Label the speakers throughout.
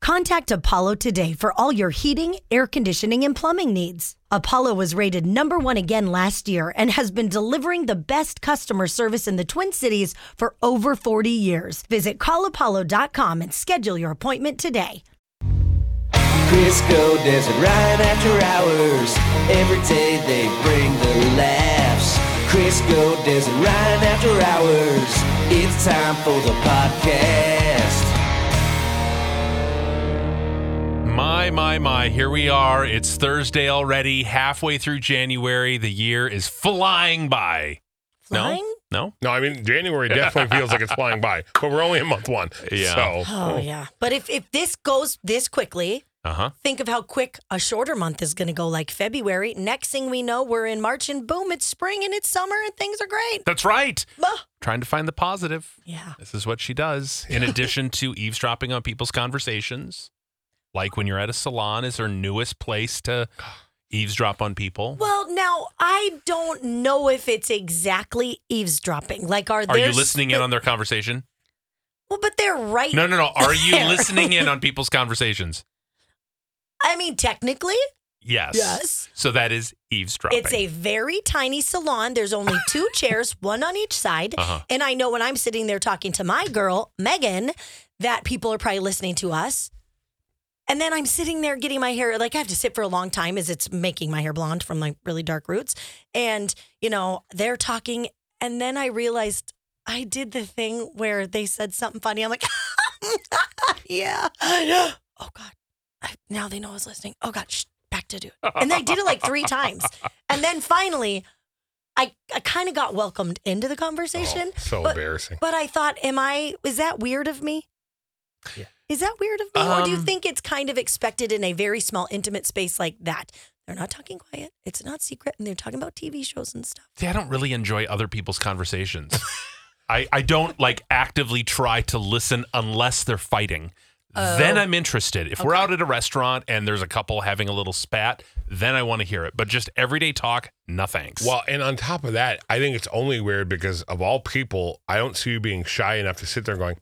Speaker 1: Contact Apollo today for all your heating, air conditioning, and plumbing needs. Apollo was rated number one again last year and has been delivering the best customer service in the Twin Cities for over 40 years. Visit callapollo.com and schedule your appointment today.
Speaker 2: Crisco does it right after hours. Every day they bring the laughs. Crisco does it right after hours. It's time for the podcast.
Speaker 3: My, my, my. Here we are. It's Thursday already, halfway through January. The year is flying by.
Speaker 1: Flying?
Speaker 3: No?
Speaker 4: No, I mean January definitely feels like it's flying by, but we're only in month one.
Speaker 3: Yeah.
Speaker 4: So
Speaker 1: Oh, yeah. But if, if this goes this quickly,
Speaker 3: No? Uh huh.
Speaker 1: think of how quick a shorter month is going to go, like February. Next thing we know, we're in March and boom, it's spring and it's summer and things are great.
Speaker 3: That's right.
Speaker 1: Bah.
Speaker 3: Trying to find the positive.
Speaker 1: Yeah.
Speaker 3: This is what she does. In addition to eavesdropping on people's conversations, like when you're at a salon, is her newest place to eavesdrop on people.
Speaker 1: Well, now I don't know if it's exactly eavesdropping. Like, are
Speaker 3: Are
Speaker 1: there
Speaker 3: you listening in on their conversation?
Speaker 1: Well, but they're right.
Speaker 3: No, no, no. Are you
Speaker 1: There.
Speaker 3: listening in on people's conversations?
Speaker 1: I mean, technically,
Speaker 3: Yes.
Speaker 1: Yes.
Speaker 3: So that is eavesdropping.
Speaker 1: it's a very tiny salon. There's only two chairs, one on each side.
Speaker 3: Uh-huh.
Speaker 1: And I know when I'm sitting there talking to my girl, Megan, that people are probably listening to us. And then I'm sitting there getting my hair, like I have to sit for a long time as it's making my hair blonde from like really dark roots. And, you know, they're talking. And then I realized I did the thing where they said something funny. I'm like, yeah. Oh, God. I, now they know I was listening. Oh, God. Shh, back to do it. And I did it like three times. And then finally, I, I kind of got welcomed into the conversation.
Speaker 4: Oh, so
Speaker 1: but,
Speaker 4: embarrassing.
Speaker 1: But I thought, am I, is that weird of me? Is that weird of me? or do you
Speaker 3: Um,
Speaker 1: think it's kind of expected in a very small, intimate space like that? They're not talking quiet. It's not secret. And they're talking about TV shows and stuff.
Speaker 3: See, I don't really enjoy other people's conversations. I, I don't like actively try to listen unless they're fighting. Then I'm interested. If we're out at a restaurant and there's a couple having a little spat, then I want to hear it. But just everyday talk, no thanks.
Speaker 4: well, and on top of that, I think it's only weird because of all people, I don't see you being shy enough to sit there going.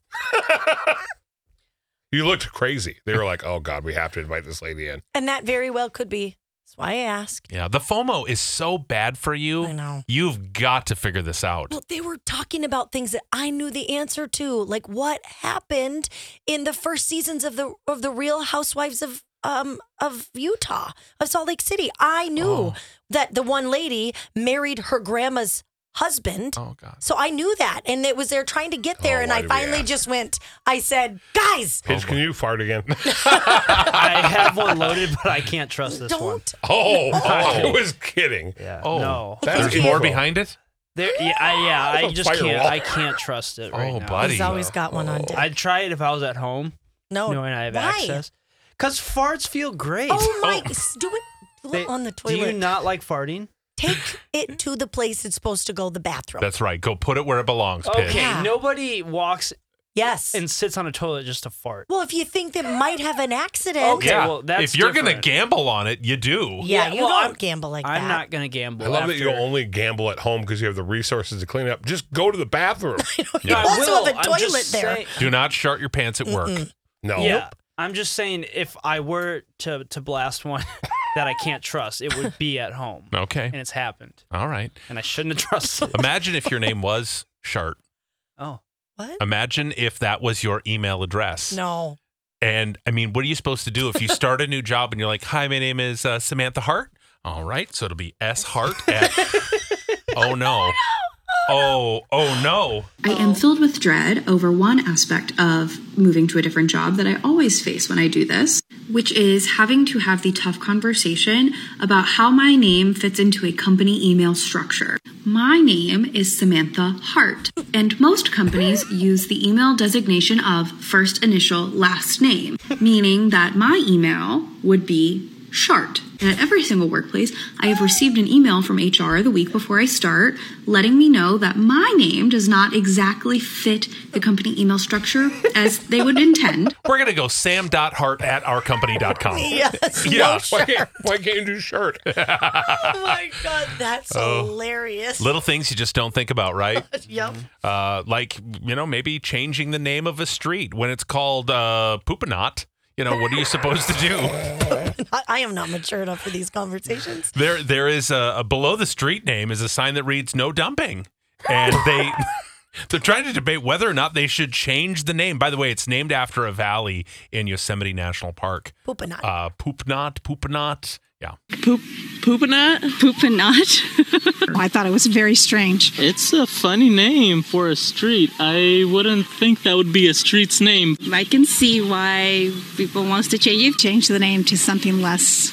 Speaker 4: you looked crazy. They were like, "Oh God, we have to invite this lady in."
Speaker 1: And that very well could be. That's why I asked.
Speaker 3: yeah, the FOMO is so bad for you.
Speaker 1: I know.
Speaker 3: You've got to figure this out.
Speaker 1: Well, they were talking about things that I knew the answer to, like what happened in the first seasons of the of the Real Housewives of um of Utah of Salt Lake City. I knew
Speaker 3: Oh.
Speaker 1: that the one lady married her grandma's husband.
Speaker 3: oh God.
Speaker 1: So I knew that, and it was there trying to get there,
Speaker 4: Oh,
Speaker 1: and
Speaker 4: why
Speaker 1: I
Speaker 4: did we
Speaker 1: finally
Speaker 4: ask?
Speaker 1: just went. I said, "Guys,
Speaker 4: Pitch, can you fart again?
Speaker 5: I have one loaded, but I can't trust this one.
Speaker 1: don't."
Speaker 4: oh, I was kidding.
Speaker 5: Yeah.
Speaker 3: Oh,
Speaker 5: no.
Speaker 4: That's
Speaker 3: there's
Speaker 4: evil.
Speaker 3: more behind it.
Speaker 5: There, yeah, I, yeah, I
Speaker 4: That's a
Speaker 5: just can't.
Speaker 4: firewall.
Speaker 5: I can't trust it right
Speaker 3: Oh,
Speaker 5: now.
Speaker 3: buddy.
Speaker 1: He's always got one on deck.
Speaker 5: I'd try it if I was at home,
Speaker 1: no,
Speaker 5: knowing I have
Speaker 1: Oh, why?
Speaker 5: access. Cause farts feel great.
Speaker 1: Oh my! Do it do it
Speaker 5: They-
Speaker 1: on the
Speaker 5: Do
Speaker 1: toilet.
Speaker 5: you not like farting?
Speaker 1: Take it to the place it's supposed to go, the bathroom.
Speaker 3: That's right. Go put it where it belongs. Pitch.
Speaker 5: Okay,
Speaker 1: Yeah.
Speaker 5: nobody walks
Speaker 1: yes.
Speaker 5: and sits on a toilet just to fart.
Speaker 1: Well, if you think they might have an accident,
Speaker 5: Okay.
Speaker 3: Yeah.
Speaker 5: well, that's
Speaker 3: if you're gonna
Speaker 5: different.
Speaker 3: gamble on it, you do.
Speaker 1: yeah,
Speaker 5: Yeah,
Speaker 1: you
Speaker 5: well,
Speaker 1: don't
Speaker 5: I'm-
Speaker 1: gamble like
Speaker 5: I'm
Speaker 1: that.
Speaker 5: not gonna gamble.
Speaker 4: I love
Speaker 5: after.
Speaker 4: that you only gamble at home because you have the resources to clean up. Just go to the bathroom.
Speaker 1: you
Speaker 3: Yeah.
Speaker 1: also
Speaker 5: will.
Speaker 1: have a
Speaker 5: I'm just
Speaker 1: toilet there.
Speaker 5: saying-
Speaker 3: Do not shart your pants at work.
Speaker 4: No.
Speaker 5: Yeah. I'm just saying, if I were to to blast one that I can't trust, it would be at home, and
Speaker 3: Okay.
Speaker 5: it's happened,
Speaker 3: All right.
Speaker 5: and I shouldn't have trusted. it.
Speaker 3: Imagine if your name was Shart.
Speaker 5: Oh,
Speaker 1: What?
Speaker 3: Imagine if that was your email address.
Speaker 1: No.
Speaker 3: And I mean, what are you supposed to do if you start a new job and you're like, hi, my name is uh, Samantha Hart? All right. So it'll be S Hart at. oh, no. Oh, oh, no.
Speaker 6: I am filled with dread over one aspect of moving to a different job that I always face when I do this, which is having to have the tough conversation about how my name fits into a company email structure. My name is Samantha Hart, and most companies use the email designation of first initial last name, meaning that my email would be Shart. And at every single workplace, I have received an email from HR the week before I start letting me know that my name does not exactly fit the company email structure as they would intend.
Speaker 3: We're going to go sam.hart at ourcompany.com.
Speaker 1: Yes.
Speaker 3: Yeah.
Speaker 4: Why can't, why can't you do shirt?
Speaker 1: Oh my God, that's hilarious.
Speaker 3: Little things you just don't think about, right?
Speaker 1: Yep.
Speaker 3: Uh, like, you know, maybe changing the name of a street when it's called uh, Poopanot. You know, what are you supposed to do?
Speaker 1: I, I am not mature enough for these conversations.
Speaker 3: There, there is a, a below the street name is a sign that reads "No dumping," and they they're trying to debate whether or not they should change the name. By the way, it's named after a valley in Yosemite National Park.
Speaker 1: Poop not.
Speaker 3: Uh, Poopnot, Poopnot, yeah.
Speaker 7: Poop, Poopanut?
Speaker 6: Poopinot.
Speaker 8: I thought it was very strange.
Speaker 7: It's a funny name for a street. I wouldn't think that would be a street's name.
Speaker 6: I can see why people wants to change it.
Speaker 8: Change the name to something less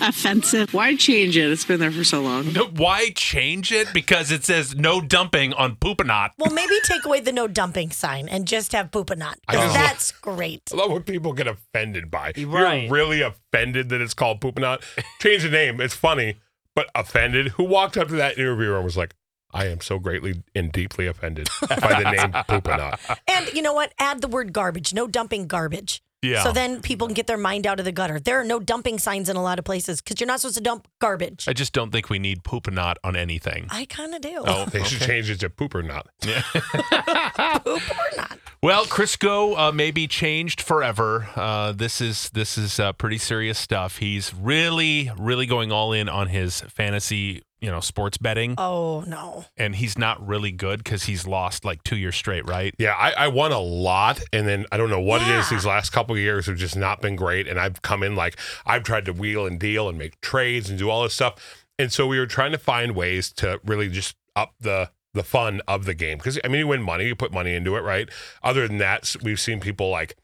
Speaker 8: offensive.
Speaker 7: Why change it? It's been there for so long.
Speaker 3: No, Why change it? Because it says "No dumping" on Poopnot.
Speaker 1: Well, maybe take away the no dumping sign and just have poop not.
Speaker 4: I just-
Speaker 1: That's great.
Speaker 4: I love what people get offended by.
Speaker 5: Right.
Speaker 4: You're really offended that it's called Poopinot. Change the name. It's funny, but offended. Who walked up to that interviewer and was like, I am so greatly and deeply offended by the name Poopinot.
Speaker 1: And you know what? Add the word garbage. No dumping garbage.
Speaker 3: Yeah.
Speaker 1: So then people can get their mind out of the gutter. There are no dumping signs in a lot of places because you're not supposed to dump garbage.
Speaker 3: I just don't think we need Poopnot on anything.
Speaker 1: I, kind of do.
Speaker 3: Oh,
Speaker 4: They should change it to Poopernot.
Speaker 1: Poop or not.
Speaker 3: Well, Crisco uh, may be changed forever. Uh, this is this is uh, pretty serious stuff. He's really, really going all in on his fantasy, you know, sports betting,
Speaker 1: Oh no.
Speaker 3: and he's not really good because he's lost like two years straight, right?
Speaker 4: Yeah, I, I won a lot, and then I don't know what it is.
Speaker 1: Yeah.
Speaker 4: These last couple of years have just not been great, and I've come in like I've tried to wheel and deal and make trades and do all this stuff, and so we were trying to find ways to really just up the the fun of the game because I mean you win money, you put money into it, right? Other than that, s- we've seen people like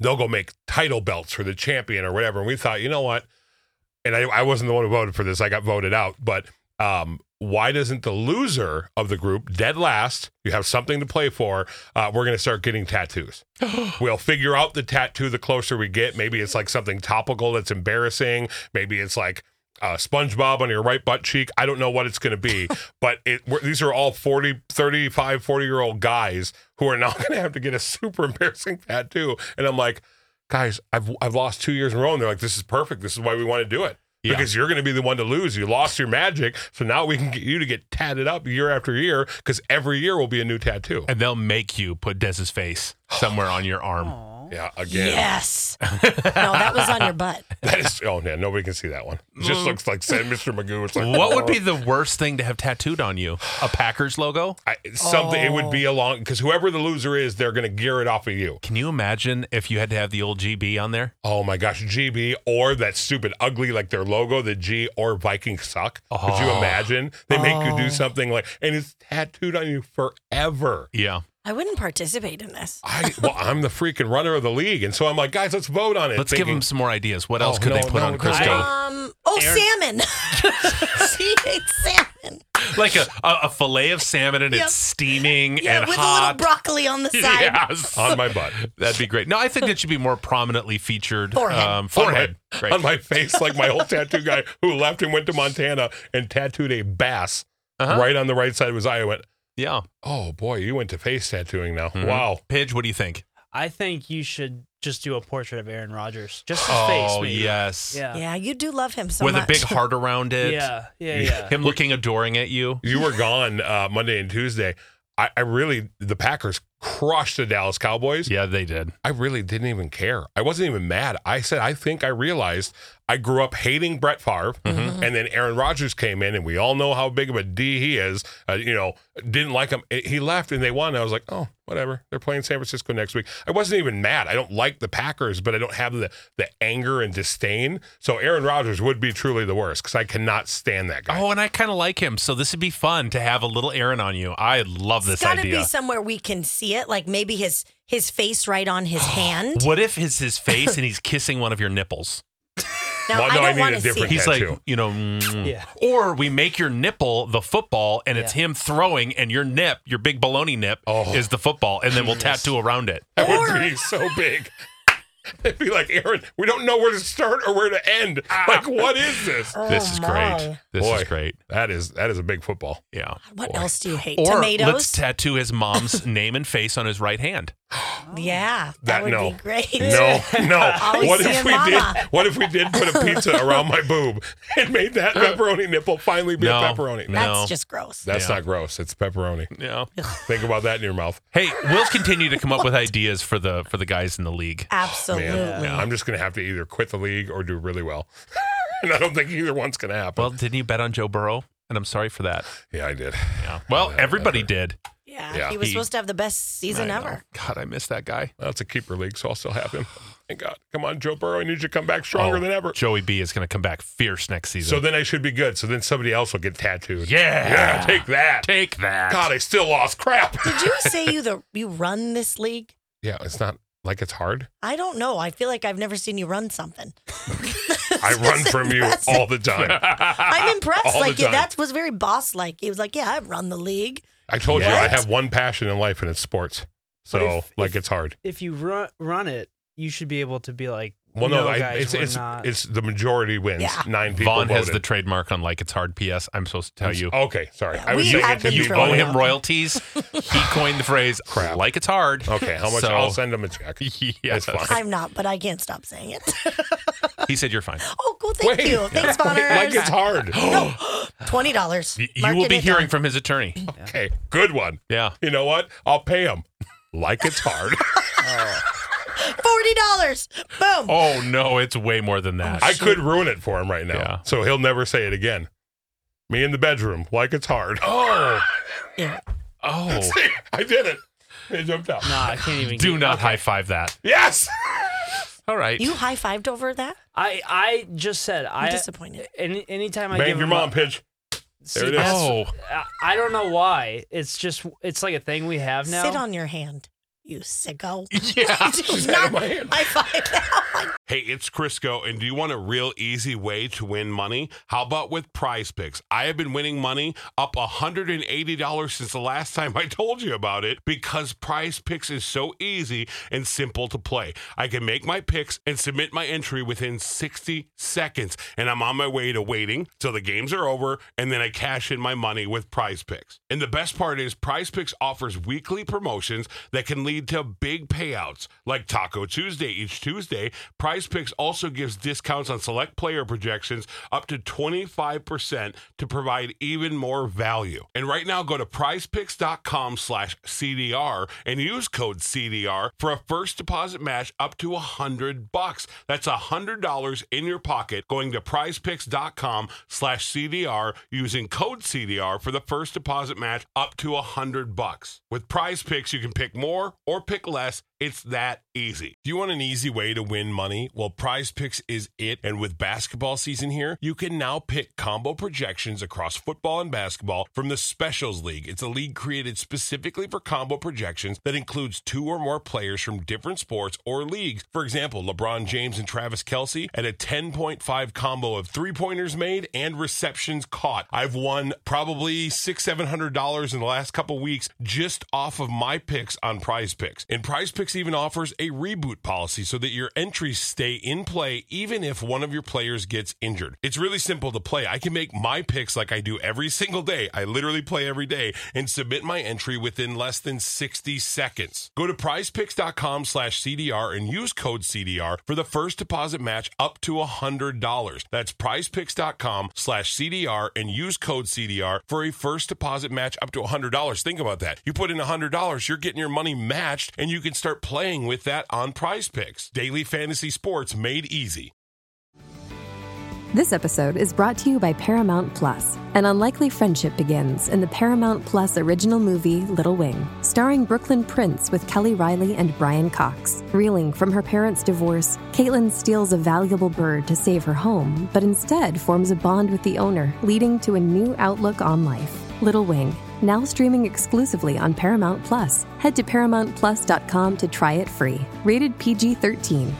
Speaker 4: they'll go make title belts for the champion or whatever, and we thought, you know what? And I, I wasn't the one who voted for this; I got voted out, but um, why doesn't the loser of the group, dead last, you have something to play for? Uh, we're going to start getting tattoos. we'll figure out the tattoo the closer we get. Maybe it's like something topical that's embarrassing. Maybe it's like uh, SpongeBob on your right butt cheek. I don't know what it's going to be, but it, we're, these are all 40, 35, 40 year old guys who are now going to have to get a super embarrassing tattoo. And I'm like, guys, I've, I've lost two years in a row. And they're like, this is perfect. This is why we want to do it
Speaker 3: Yeah.
Speaker 4: because you're going to be the one to lose. You lost your magic, so now we can get you to get tatted up year after year because every year will be a new tattoo.
Speaker 3: And they'll make you put Dez's face somewhere on your arm.
Speaker 4: Yeah, again,
Speaker 1: Yes. no, that was on your butt.
Speaker 4: that is. Oh man, nobody can see that one. It just looks like said Mr. Magoo. It's like
Speaker 3: Mm. What would be the worst thing to have tattooed on you? A Packers logo?
Speaker 4: I, something? It would be
Speaker 3: Oh.
Speaker 4: a long because whoever the loser is, they're going to gear it off of you.
Speaker 3: Can you imagine if you had to have the old GB on there?
Speaker 4: Oh my gosh, GB or that stupid ugly like their logo, the G or Viking suck. Could
Speaker 3: Oh.
Speaker 4: you imagine? They make you do something like, and it's tattooed on you forever.
Speaker 3: Yeah.
Speaker 1: I wouldn't participate in this.
Speaker 4: I well, I'm the freaking runner of the league, and so I'm like, guys, let's vote on it.
Speaker 3: Let's give
Speaker 4: thinking-
Speaker 3: him some more ideas. What
Speaker 4: Oh,
Speaker 3: else could
Speaker 4: no,
Speaker 3: they put
Speaker 4: no,
Speaker 3: on
Speaker 4: no.
Speaker 3: Crisco?
Speaker 1: Um. Oh, salmon. she ate salmon.
Speaker 3: Like a, a, a fillet of salmon and it's steaming
Speaker 1: Yeah,
Speaker 3: and
Speaker 1: with a
Speaker 3: hot.
Speaker 1: little broccoli on the side.
Speaker 3: Yes.
Speaker 4: on my butt,
Speaker 3: Um, That'd be great. No, I think that should be more prominently featured. um,
Speaker 1: Forehead.
Speaker 3: forehead.
Speaker 4: on my,
Speaker 3: Great.
Speaker 4: on my face, like my old tattoo guy who left and went to Montana and tattooed a bass
Speaker 3: Uh-huh.
Speaker 4: right on the right side of his eye. I went,
Speaker 3: yeah.
Speaker 4: oh boy, you went to face tattooing now.
Speaker 3: Mhm.
Speaker 4: Wow.
Speaker 3: Pidge, what do you think?
Speaker 5: I think you should just do a portrait of Aaron Rodgers, just his face.
Speaker 3: Oh,
Speaker 5: maybe.
Speaker 3: yes.
Speaker 5: Yeah.
Speaker 1: Yeah, you do love him so
Speaker 3: with
Speaker 1: much.
Speaker 3: a big heart around it.
Speaker 5: Yeah. Yeah. Yeah.
Speaker 3: Him looking adoring at you.
Speaker 4: You were gone uh, Monday and Tuesday. I, I really, the Packers crushed the Dallas Cowboys.
Speaker 3: Yeah, they did.
Speaker 4: I really didn't even care. I wasn't even mad. I said, I think I realized I grew up hating Brett Favre, and then Aaron Rodgers came in, and we all know how big of a D he is. Uh, you know, didn't like him. It- He left, and they won. I was like, oh, whatever. They're playing San Francisco next week. I wasn't even mad. I don't like the Packers, but I don't have the the anger and disdain. So Aaron Rodgers would be truly the worst because I cannot stand that guy.
Speaker 3: Oh, and I kind of like him. So this would be fun to have a little Aaron on you. I love this
Speaker 1: it's got to
Speaker 3: idea.
Speaker 1: be somewhere we can see it, like maybe his his face right on his hand.
Speaker 3: what if it's his face and he's kissing one of your nipples?
Speaker 1: Now
Speaker 4: Well, no,
Speaker 1: I
Speaker 4: I
Speaker 1: don't
Speaker 4: need a
Speaker 1: want to see
Speaker 4: different
Speaker 1: it.
Speaker 3: He's like,
Speaker 4: Tattoo.
Speaker 3: you know, mm.
Speaker 5: Yeah.
Speaker 3: or we make your nipple the football and it's him throwing and your nip, your big baloney nip
Speaker 4: Oh.
Speaker 3: is the football and then we'll tattoo around it.
Speaker 4: That would be so big. It'd be like Aaron. We don't know where to start or where to end. Like, what is this?
Speaker 3: this is great.
Speaker 1: Oh, my.
Speaker 3: This
Speaker 4: Boy,
Speaker 3: is great.
Speaker 4: That is that is a big football.
Speaker 3: Yeah.
Speaker 1: What else do you hate?
Speaker 3: Or
Speaker 1: Tomatoes.
Speaker 3: let's tattoo his mom's name and face on his right hand.
Speaker 1: Yeah, that,
Speaker 9: That,
Speaker 1: would
Speaker 9: no.
Speaker 1: be great.
Speaker 9: No, no.
Speaker 1: Always
Speaker 9: what if
Speaker 1: seeing
Speaker 9: we
Speaker 1: mama.
Speaker 9: did? What if we did put a pizza around my boob and made that pepperoni nipple finally be
Speaker 3: No,
Speaker 9: a pepperoni?
Speaker 3: no.
Speaker 1: That's just gross.
Speaker 9: That's
Speaker 3: Yeah.
Speaker 9: not gross. It's pepperoni.
Speaker 3: Yeah.
Speaker 9: Think about that in your mouth.
Speaker 3: Hey, we'll continue to come up with ideas for the for the guys in the league.
Speaker 1: Absolutely.
Speaker 9: Man, I'm just gonna have to either quit the league or do really well. and I don't think either one's gonna happen.
Speaker 3: Well, didn't you bet on Joe Burrow? And I'm sorry for that.
Speaker 9: yeah, I did.
Speaker 3: Yeah. Well, everybody did.
Speaker 1: yeah,
Speaker 9: Yeah.
Speaker 1: he was
Speaker 3: He-
Speaker 1: supposed to have the best season
Speaker 3: I know.
Speaker 1: ever.
Speaker 3: God, I miss that guy.
Speaker 9: Well, it's a keeper league, so I'll still have him. Thank God. Come on, Joe Burrow. I need you to come back stronger
Speaker 3: Oh,
Speaker 9: than ever.
Speaker 3: Joey B is going to come back fierce next season.
Speaker 9: So then I should be good. So then somebody else will get tattooed.
Speaker 3: Yeah.
Speaker 9: Yeah, take that.
Speaker 3: take that.
Speaker 9: God, I still lost. Crap.
Speaker 1: Did you say you the you run this league?
Speaker 9: yeah, it's not like it's hard.
Speaker 1: I don't know. I feel like I've never seen you run something.
Speaker 9: I run from you all the time.
Speaker 1: I'm impressed.
Speaker 9: All the
Speaker 1: like yeah,
Speaker 9: time.
Speaker 1: that was very boss like. He was like, "Yeah, I run the league."
Speaker 9: I told you
Speaker 5: What?
Speaker 9: I have one passion in life and it's sports. So
Speaker 5: But if-
Speaker 9: like
Speaker 5: if-
Speaker 9: it's hard.
Speaker 5: If you run run it, you should be able to be like,
Speaker 9: Well, no, I,
Speaker 5: guys,
Speaker 9: it's
Speaker 5: we're
Speaker 9: it's
Speaker 5: not.
Speaker 9: it's the majority wins.
Speaker 1: Yeah.
Speaker 9: Nine people
Speaker 3: Vaughn has the
Speaker 9: voted.
Speaker 3: trademark on like it's hard. P.S. I'm supposed to tell you.
Speaker 9: Okay, sorry.
Speaker 1: Yeah,
Speaker 9: I was
Speaker 1: we
Speaker 9: saying
Speaker 1: have
Speaker 9: it
Speaker 1: been
Speaker 9: to
Speaker 3: You
Speaker 9: you.
Speaker 1: throwing
Speaker 3: owe
Speaker 9: only-
Speaker 1: out.
Speaker 3: him royalties. he coined the phrase
Speaker 9: Crap.
Speaker 3: like it's hard.
Speaker 9: Okay, how much?
Speaker 3: So-
Speaker 9: I'll send him a check. It's
Speaker 3: Yes.
Speaker 9: fine.
Speaker 1: I'm not, but I can't stop saying it.
Speaker 3: He said you're fine.
Speaker 1: oh, cool. Thank
Speaker 9: Wait.
Speaker 1: you. Thanks, Bonner.
Speaker 9: like it's hard.
Speaker 1: Twenty dollars.
Speaker 3: Y- You will be hearing from his attorney.
Speaker 9: okay, good one.
Speaker 3: Yeah.
Speaker 9: You know what? I'll pay him. Like it's hard.
Speaker 1: forty dollars. Boom.
Speaker 3: Oh no, it's way more than that.
Speaker 9: I could ruin it for him right now.
Speaker 3: Yeah.
Speaker 9: So he'll never say it again. Me in the bedroom, like it's hard. Oh,
Speaker 1: Yeah.
Speaker 3: oh,
Speaker 9: I did it. It jumped out.
Speaker 5: nah, I can't even
Speaker 3: do
Speaker 5: get-
Speaker 3: not high five that.
Speaker 9: Yes.
Speaker 3: All right.
Speaker 1: You high fived over that?
Speaker 5: I I just said
Speaker 1: I'm
Speaker 5: I. uh,
Speaker 1: disappointed.
Speaker 5: Any anytime I
Speaker 9: Bang
Speaker 5: give
Speaker 9: your
Speaker 5: him
Speaker 9: mom,
Speaker 5: a,
Speaker 9: Pidge.
Speaker 5: See,
Speaker 9: There it is.
Speaker 5: that's-
Speaker 3: oh,
Speaker 5: I- I don't know why. It's just it's like a thing we have now.
Speaker 1: Sit on your hand, you sicko.
Speaker 3: yeah.
Speaker 1: Do not high five.
Speaker 4: Hey, it's Crisco, and do you want a real easy way to win money? How about with prize picks? I have been winning money up $180 since the last time I told you about it because prize picks is so easy and simple to play. I can make my picks and submit my entry within 60 seconds, and I'm on my way to waiting till the games are over, and then I cash in my money with prize picks. And the best part is, prize picks offers weekly promotions that can lead to big payouts like Taco Tuesday each Tuesday. Prize Picks also gives discounts on select player projections up to 25% to provide even more value. And right now go to prizepicks.com slash CDR and use code CDR for a first deposit match up to a hundred bucks. That's a hundred dollars in your pocket going to prizepicks.com slash CDR using code CDR for the first deposit match up to a hundred bucks. With prize picks, you can pick more or pick less. It's that easy. Do you want an easy way to win money? Well, Prize Picks is it. And with basketball season here, you can now pick combo projections across football and basketball from the Specials League. It's a league created specifically for combo projections that includes two or more players from different sports or leagues. For example, LeBron James and Travis Kelsey at a 10.5 combo of three pointers made and receptions caught. I've won probably six, seven hundred dollars in the last couple weeks just off of my picks on prize picks. And prize picks even offers a reboot policy so that your entries stay in play even if one of your players gets injured. It's really simple to play. I can make my picks like I do every single day. I literally play every day and submit my entry within less than 60 seconds. Go to prizepicks.com slash CDR and use code CDR for the first deposit match up to $100. That's prizepicks.com slash CDR and use code CDR for a first deposit match up to $100. Think about that. You put in $100, you're getting your money matched and you can start playing with that on prize picks. Daily fantasy sports made easy.
Speaker 10: This episode is brought to you by Paramount Plus. An unlikely friendship begins in the Paramount Plus original movie, Little Wing, starring Brooklyn Prince with Kelly Riley and Brian Cox. Reeling from her parents' divorce, Caitlin steals a valuable bird to save her home, but instead forms a bond with the owner, leading to a new outlook on life. Little Wing, now streaming exclusively on Paramount Plus. Head to ParamountPlus.com to try it free. Rated PG 13.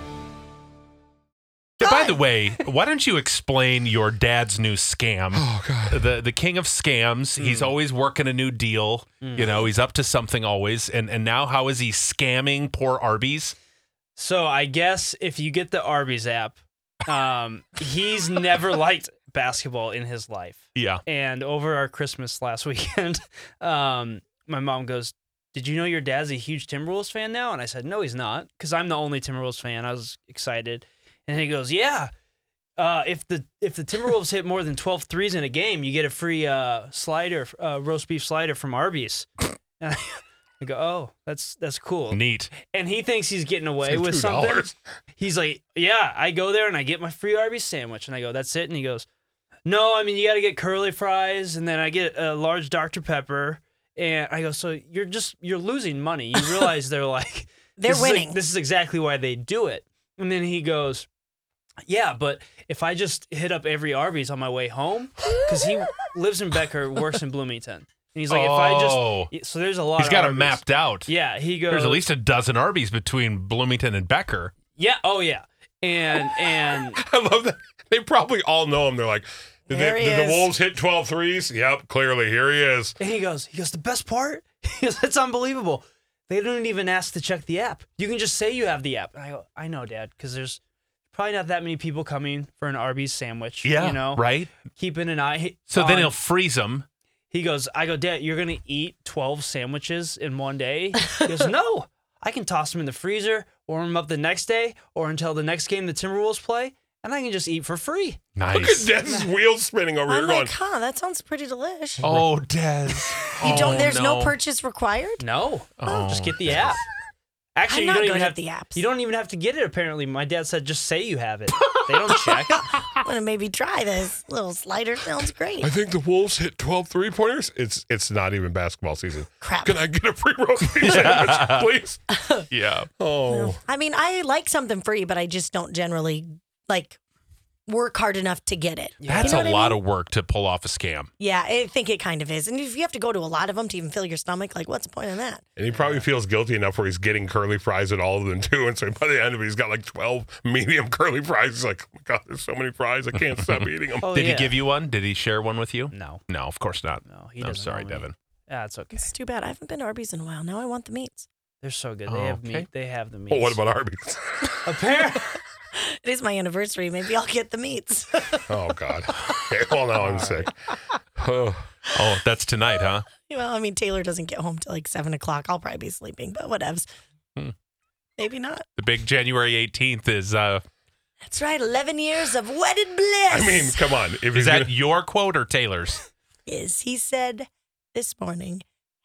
Speaker 3: Yeah, By the way, why don't you explain your dad's new scam? Oh God, the the king of scams. He's always working a new deal. You know, he's up to something always. And and now, how is he scamming poor Arby's?
Speaker 5: So I guess if you get the Arby's app, um, he's never liked basketball in his life.
Speaker 3: Yeah,
Speaker 5: And over our Christmas last weekend, um, my mom goes, did you know your dad's a huge Timberwolves fan now? And I said, no, he's not, because I'm the only Timberwolves fan. I was excited, and he goes, yeah. Uh, if the if the Timberwolves hit more than 12 threes in a game, you get a free uh, slider, uh, roast beef slider from Arby's. And I, I go, oh, that's that's cool.
Speaker 3: Neat.
Speaker 5: And he thinks he's getting away
Speaker 4: Save
Speaker 5: with something.
Speaker 4: $2.
Speaker 5: He's like, yeah, I go there and I get my free Arby's sandwich, and I go, that's it. And he goes, no, I mean you got to get curly fries, and then I get a large Dr Pepper, and I go, so you're just you're losing money. You realize they're like
Speaker 1: They're
Speaker 5: this is like-
Speaker 1: winning.
Speaker 5: this is exactly why they do it. And then he goes, yeah, but if I just hit up every Arby's on my way home, because he lives in Becker, works in Bloomington, and he's like,
Speaker 3: Oh.
Speaker 5: if I just so there's a lot.
Speaker 3: He's
Speaker 5: of
Speaker 3: got it
Speaker 5: Arby's.
Speaker 3: mapped out.
Speaker 5: Yeah, he goes.
Speaker 3: There's at least a dozen Arby's between Bloomington and Becker.
Speaker 5: Yeah. Oh yeah. And and
Speaker 4: I love that. They probably all know him. They're like, did,
Speaker 1: There
Speaker 4: they,
Speaker 1: he
Speaker 4: did
Speaker 1: is.
Speaker 4: the Wolves hit 12 threes? Yep, clearly. Here he is.
Speaker 5: and he goes. He goes. The best part. He goes. That's unbelievable. They don't even ask to check the app. You can just say you have the app. And I go. I know, Dad, because there's probably not that many people coming for an Arby's sandwich. You know.
Speaker 3: Right?
Speaker 5: Keeping an eye.
Speaker 3: So then
Speaker 5: on-
Speaker 3: he'll freeze them.
Speaker 5: He goes, I go, Dad, you're going to eat 12 sandwiches in one day? He goes, No, I can toss them in the freezer, warm them up the next day, or until the next game the Timberwolves play, and I can just eat for free.
Speaker 4: Look at
Speaker 3: Nice.
Speaker 4: Dennis' wheels spinning over
Speaker 1: I'm
Speaker 4: here going,
Speaker 1: like, huh, that sounds pretty delish.
Speaker 3: Oh, Des.
Speaker 1: you don't.
Speaker 3: Oh,
Speaker 1: There's no. purchase required.
Speaker 5: No,
Speaker 3: Oh,
Speaker 5: just get the
Speaker 3: yes.
Speaker 5: app. Actually,
Speaker 1: I'm
Speaker 5: you
Speaker 1: not
Speaker 5: don't even
Speaker 1: good
Speaker 5: have
Speaker 1: at the apps.
Speaker 5: You don't even have to get it. Apparently, my dad said just say you have it. They don't check.
Speaker 3: Ah.
Speaker 1: I'm gonna maybe try this little slider. Sounds great.
Speaker 4: I think the Wolves hit 12 three pointers. It's it's not even basketball season.
Speaker 1: Crap.
Speaker 4: Can I get a free roast beef sandwich, please?
Speaker 3: Yeah.
Speaker 4: Oh,
Speaker 1: I mean, I like something free, but I just don't generally like work hard enough to get it.
Speaker 3: That's a lot of work to pull off a scam.
Speaker 1: Yeah, I think it kind of is. And if you have to go to a lot of them to even fill your stomach, like, what's the point in that?
Speaker 4: and he probably feels guilty enough where he's getting curly fries at all of them too. And so by the end of it, he's got like twelve medium curly fries. He's like, oh my god, there's so many fries, I can't stop eating them.
Speaker 5: Oh,
Speaker 3: Did
Speaker 5: yeah.
Speaker 3: he give you one? Did he share one with you?
Speaker 5: No,
Speaker 3: No, of course not.
Speaker 5: no, he
Speaker 3: I'm
Speaker 5: doesn't
Speaker 3: sorry,
Speaker 5: know me.
Speaker 3: Devin.
Speaker 5: Yeah, it's okay.
Speaker 1: It's too bad. I haven't been to Arby's in a while. Now I want the meats.
Speaker 5: They're so good. They
Speaker 3: Oh,
Speaker 5: have
Speaker 3: okay.
Speaker 5: meat. They have the meat.
Speaker 4: Well, what about Arby's?
Speaker 5: apparently?
Speaker 1: It is my anniversary. Maybe I'll get the meats.
Speaker 4: oh god. Okay, well now I'm sick. Oh,
Speaker 3: Oh, that's tonight, huh?
Speaker 1: well, I mean, Taylor doesn't get home till like seven o'clock. I'll probably be sleeping, but whatevs.
Speaker 3: Hmm.
Speaker 1: Maybe not.
Speaker 3: The big January 18th is uh
Speaker 1: That's right. 11 years of wedded bliss.
Speaker 4: I mean, come on. If
Speaker 3: is
Speaker 4: he's
Speaker 3: that
Speaker 4: gonna-
Speaker 3: your quote or Taylor's?
Speaker 1: is he said this morning,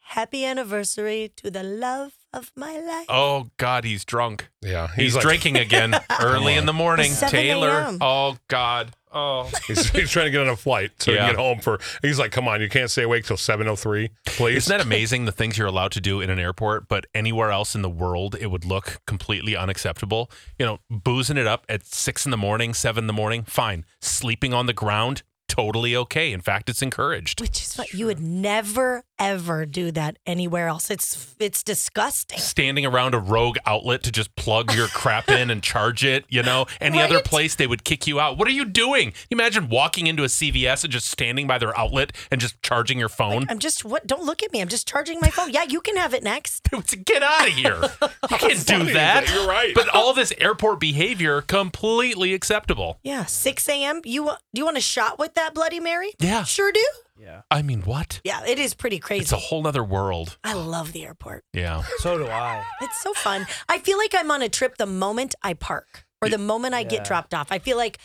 Speaker 1: happy anniversary to the love of my life.
Speaker 3: Oh god, he's drunk.
Speaker 4: yeah,
Speaker 3: He's,
Speaker 4: like-
Speaker 3: drinking again early in the morning.
Speaker 1: It's 7
Speaker 3: Taylor.
Speaker 1: a.m..
Speaker 3: Oh god. Oh.
Speaker 4: He's, he's trying to get on a flight so
Speaker 3: Yeah.
Speaker 4: he can get home for. He's like, come on, you can't stay awake till seven oh three, please.
Speaker 3: Isn't that amazing the things you're allowed to do in an airport, but anywhere else in the world it would look completely unacceptable? You know, boozing it up at six in the morning, seven in the morning, fine. Sleeping on the ground, totally okay. In fact, it's encouraged.
Speaker 1: Which is what you would never ever do that anywhere else. It's it's disgusting.
Speaker 3: Standing around a rogue outlet to just plug your crap in and charge it, you know, any other
Speaker 1: Right?
Speaker 3: place they would kick you out. What are you doing? Can you Imagine walking into a CVS and just standing by their outlet and just charging your phone.
Speaker 1: I'm just what don't look at me. I'm just charging my phone. Yeah, you can have it next.
Speaker 3: Get out of here. You can't
Speaker 4: funny,
Speaker 3: do that.
Speaker 4: but you're right.
Speaker 3: But all this airport behavior, completely acceptable.
Speaker 1: Yeah, 6 a.m. You wa- do you want a shot with that Bloody Mary?
Speaker 3: Yeah.
Speaker 1: Sure do.
Speaker 5: yeah,
Speaker 3: I mean, what?
Speaker 1: Yeah, it is pretty
Speaker 3: It's a
Speaker 1: crazy.
Speaker 3: whole other world.
Speaker 1: I love the airport.
Speaker 3: Yeah.
Speaker 5: so do I.
Speaker 1: It's so fun. I feel like I'm on a trip the moment I park or the moment I get
Speaker 5: Yeah.
Speaker 1: dropped off. I feel like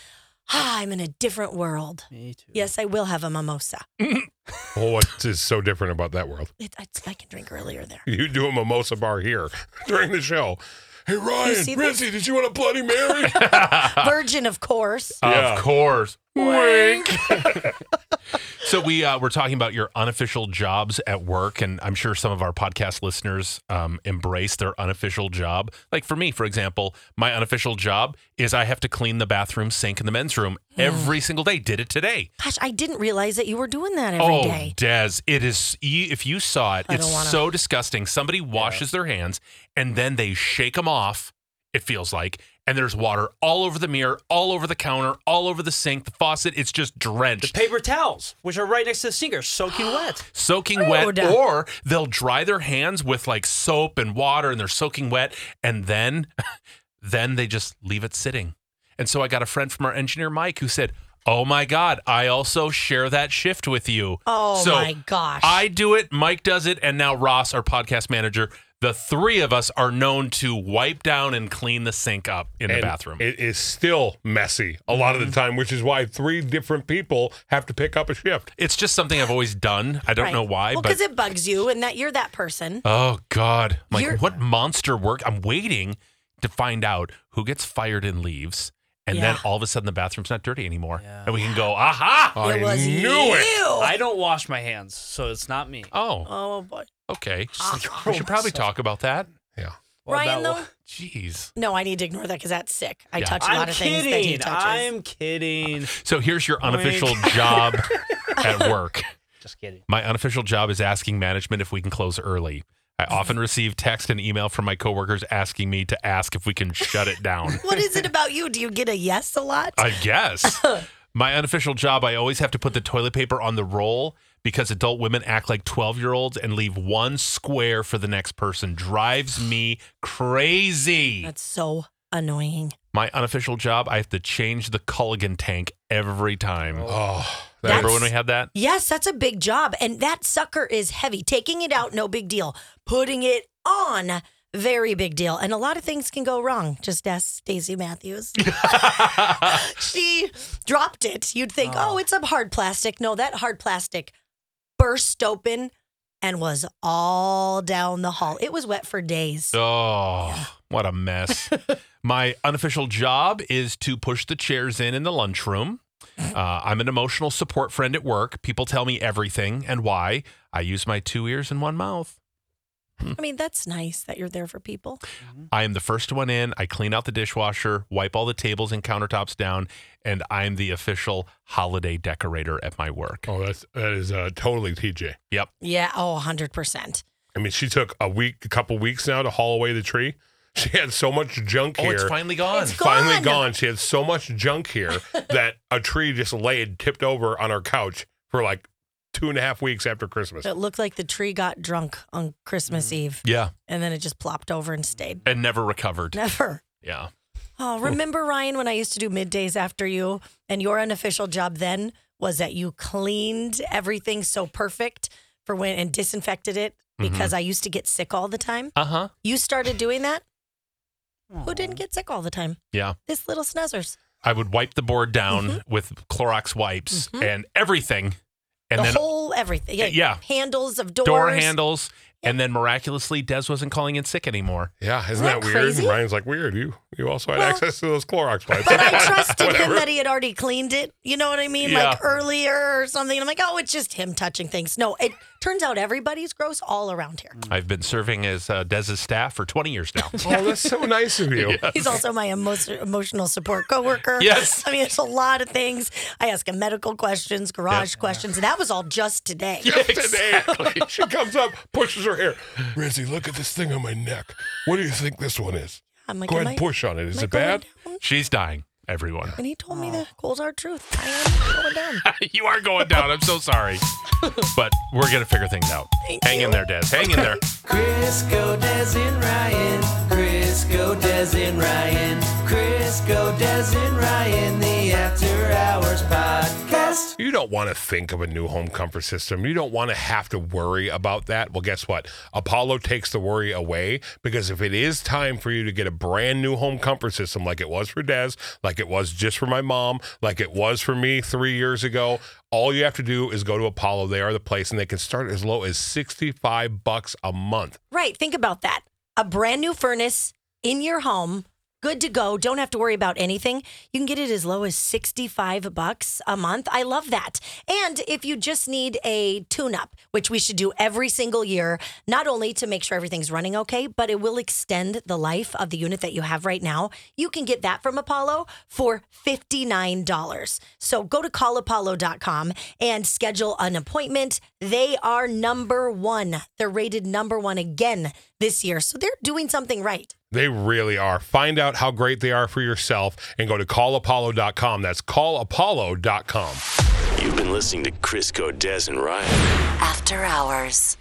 Speaker 1: ah, I'm in a different world.
Speaker 5: Me too.
Speaker 1: Yes, I will have a mimosa.
Speaker 4: Oh, what is so different about that world?
Speaker 1: It, it's, I can drink earlier there.
Speaker 4: You do a mimosa bar here during the show. Hey Ryan,
Speaker 1: see this?
Speaker 4: Rizzy, did you want a Bloody Mary?
Speaker 1: Virgin, of course.
Speaker 4: Yeah.
Speaker 3: Of course. Wink. so we uh, we're talking about your unofficial jobs at work, and I'm sure some of our podcast listeners um, embrace their unofficial job. Like for me, for example, my unofficial job is I have to clean the bathroom sink in the men's room every single day. Did it today.
Speaker 1: Gosh, I didn't realize that you were doing that every
Speaker 3: oh,
Speaker 1: day.
Speaker 3: Dez, it is. You, if you saw it,
Speaker 1: I
Speaker 3: it's
Speaker 1: don't wanna-
Speaker 3: so disgusting. Somebody washes their hands and then they shake them off. It feels like, and there's water all over the mirror, all over the counter, all over the sink, the faucet. It's just drenched,
Speaker 5: Paper towels, which are right next to the sink, are soaking wet.
Speaker 3: soaking
Speaker 1: Rude.
Speaker 3: wet. Or they'll dry their hands with like soap and water, and they're soaking wet, and then, then they just leave it sitting. And so I got a friend from our engineer, Mike, who said, Oh my God. I also share that shift with you.
Speaker 1: Oh
Speaker 3: So
Speaker 1: my gosh.
Speaker 3: I do it, Mike does it, and now Ross, our podcast manager. The three of us are known to wipe down and clean the sink up in the
Speaker 4: And
Speaker 3: bathroom.
Speaker 4: It is still messy a lot
Speaker 1: Mm-hmm.
Speaker 4: of the time, which is why three different people have to pick up a shift.
Speaker 3: it's just something I've always done. I don't
Speaker 1: Right.
Speaker 3: know why,
Speaker 1: Well,
Speaker 3: but
Speaker 1: because it bugs you and that you're that person.
Speaker 3: Oh God! I'm like
Speaker 1: You're-
Speaker 3: what monster work? I'm waiting to find out who gets fired and leaves, and then
Speaker 1: Yeah.
Speaker 3: all of a sudden the bathroom's not dirty anymore, and we can go, aha!
Speaker 4: I
Speaker 1: it was
Speaker 4: knew
Speaker 1: you.
Speaker 4: it.
Speaker 5: I don't wash my hands, so it's not me.
Speaker 3: Oh,
Speaker 1: Oh boy.
Speaker 3: okay. we should probably talk about that.
Speaker 4: Yeah.
Speaker 5: Or
Speaker 1: Ryan,
Speaker 5: about-
Speaker 1: though,
Speaker 3: Jeez.
Speaker 1: no, I need to ignore that because that's sick. I
Speaker 3: Yeah.
Speaker 1: touch a lot
Speaker 5: I'm
Speaker 1: of things that he
Speaker 5: kidding.
Speaker 1: touches.
Speaker 5: I'm kidding.
Speaker 3: So here's your
Speaker 5: Wink.
Speaker 3: unofficial job at work.
Speaker 5: Just kidding.
Speaker 3: My unofficial job is asking management if we can close early. I often receive text and email from my coworkers asking me to ask if we can shut it down.
Speaker 1: What is it about you? Do you get a yes a lot?
Speaker 3: I guess. My unofficial job, I always have to put the toilet paper on the roll because adult women act like 12 year olds and leave one square for the next person. Drives me crazy.
Speaker 1: That's so annoying.
Speaker 3: My unofficial job, I have to change the Culligan tank every time.
Speaker 4: Oh,
Speaker 1: That's-
Speaker 4: that,
Speaker 3: Remember when we had that?
Speaker 1: Yes, that's a big job. And that sucker is heavy. Taking it out, no big deal. Putting it on, very big deal. And a lot of things can go wrong. Just ask Stacey Matthews. she dropped it. You'd think, oh, it's a hard plastic. No, that hard plastic burst open and was all down the hall. It was wet for days.
Speaker 3: Oh, what a mess. My unofficial job is to push the chairs in in the lunchroom. Uh, I'm an emotional support friend at work. People tell me everything and why. I use my two ears and one mouth.
Speaker 1: I mean, that's nice that you're there for people.
Speaker 3: I am the first one in. I clean out the dishwasher, wipe all the tables and countertops down, and I'm the official holiday decorator at my work.
Speaker 4: oh, that's that is uh, totally TJ.
Speaker 3: Yep.
Speaker 1: Yeah, oh, 100%.
Speaker 4: I mean, she took a week, a couple weeks now to haul away the tree. She had so much junk
Speaker 3: Oh,
Speaker 4: here.
Speaker 3: it's finally gone.
Speaker 1: It's
Speaker 4: finally
Speaker 1: Gone.
Speaker 4: gone. She had so much junk here that a tree just laid tipped over on our couch for like two and a half weeks after Christmas.
Speaker 1: It looked like the tree got drunk on Christmas Eve
Speaker 3: yeah.
Speaker 1: and then it just plopped over and stayed.
Speaker 3: And never recovered.
Speaker 1: Never.
Speaker 3: Yeah.
Speaker 1: Oh, remember Ryan when I used to do middays after you and your unofficial job then was that you cleaned everything so perfect for when and disinfected it
Speaker 3: Mm-hmm.
Speaker 1: because I used to get sick all the time.
Speaker 3: Uh huh.
Speaker 1: You started doing that? Who didn't get sick all the time?
Speaker 3: Yeah.
Speaker 1: This little snuzzers.
Speaker 3: I would wipe the board down
Speaker 1: Mm-hmm.
Speaker 3: with Clorox wipes and everything, and
Speaker 1: the
Speaker 3: then
Speaker 1: whole everything. Yeah.
Speaker 3: Yeah.
Speaker 1: Handles of doors.
Speaker 3: door handles. And then miraculously, Des wasn't calling in sick anymore.
Speaker 4: Yeah, Ah, isn't
Speaker 1: Isn't
Speaker 4: that,
Speaker 1: that
Speaker 4: weird?
Speaker 1: crazy?
Speaker 4: And Ryan's like, weird. You you also had
Speaker 1: Well,
Speaker 4: access to those Clorox wipes.
Speaker 1: But I trusted him
Speaker 4: Whatever.
Speaker 1: that he had already cleaned it. You know what I mean?
Speaker 3: Yeah.
Speaker 1: Like earlier or something. I'm like, oh, it's just him touching things. No, it turns out everybody's gross all around here.
Speaker 3: I've been serving as uh, Des's staff for 20 years now.
Speaker 4: Oh, that's so nice of you.
Speaker 1: He's also my emo- emotional support coworker.
Speaker 3: Yes.
Speaker 1: I mean, it's a lot of things. I ask him medical questions, garage questions, and that was all just today.
Speaker 4: Exactly. she comes up, pushes her hair. Rizzy, look at this thing on my neck. What do you think this one is?
Speaker 1: I'm like,
Speaker 4: Go
Speaker 1: am
Speaker 4: ahead and
Speaker 1: I-
Speaker 4: push on it. Is
Speaker 1: am I
Speaker 4: it
Speaker 1: going
Speaker 4: bad? Oh.
Speaker 1: down?
Speaker 3: She's dying, everyone.
Speaker 1: And he told me the cold hard truth. I am going down.
Speaker 3: you are going down. I'm so sorry. But we're going to figure things out.
Speaker 1: Thank
Speaker 3: Hang in
Speaker 1: you.
Speaker 3: there, Des. Hang in there.
Speaker 2: Crisco Des and Ryan. Crisco Des and Ryan. Crisco Des and Ryan. The After Hours Podcast.
Speaker 4: You don't want to think of a new home comfort system. You don't want to have to worry about that. Well, guess what? Apollo takes the worry away because if it is time for you to get a brand new home comfort system, like it was for Des, like it was just for my mom, like it was for me three years ago, all you have to do is go to Apollo. They are the place, and they can start as low as sixty-five bucks a month.
Speaker 1: Right. Think about that. A brand new furnace in your home, good to go. Don't have to worry about anything. You can get it as low as 65 bucks a month. I love that. And if you just need a tune up, which we should do every single year, not only to make sure everything's running okay, but it will extend the life of the unit that you have right now. You can get that from Apollo for $59. So go to callapollo.com and schedule an appointment. They are number one. They're rated number one again this year. So they're doing something right.
Speaker 4: They really are. Find out how great they are for yourself and go to callapollo.com. That's callapollo.com.
Speaker 11: You've been listening to Chris Des and Ryan.
Speaker 12: After Hours.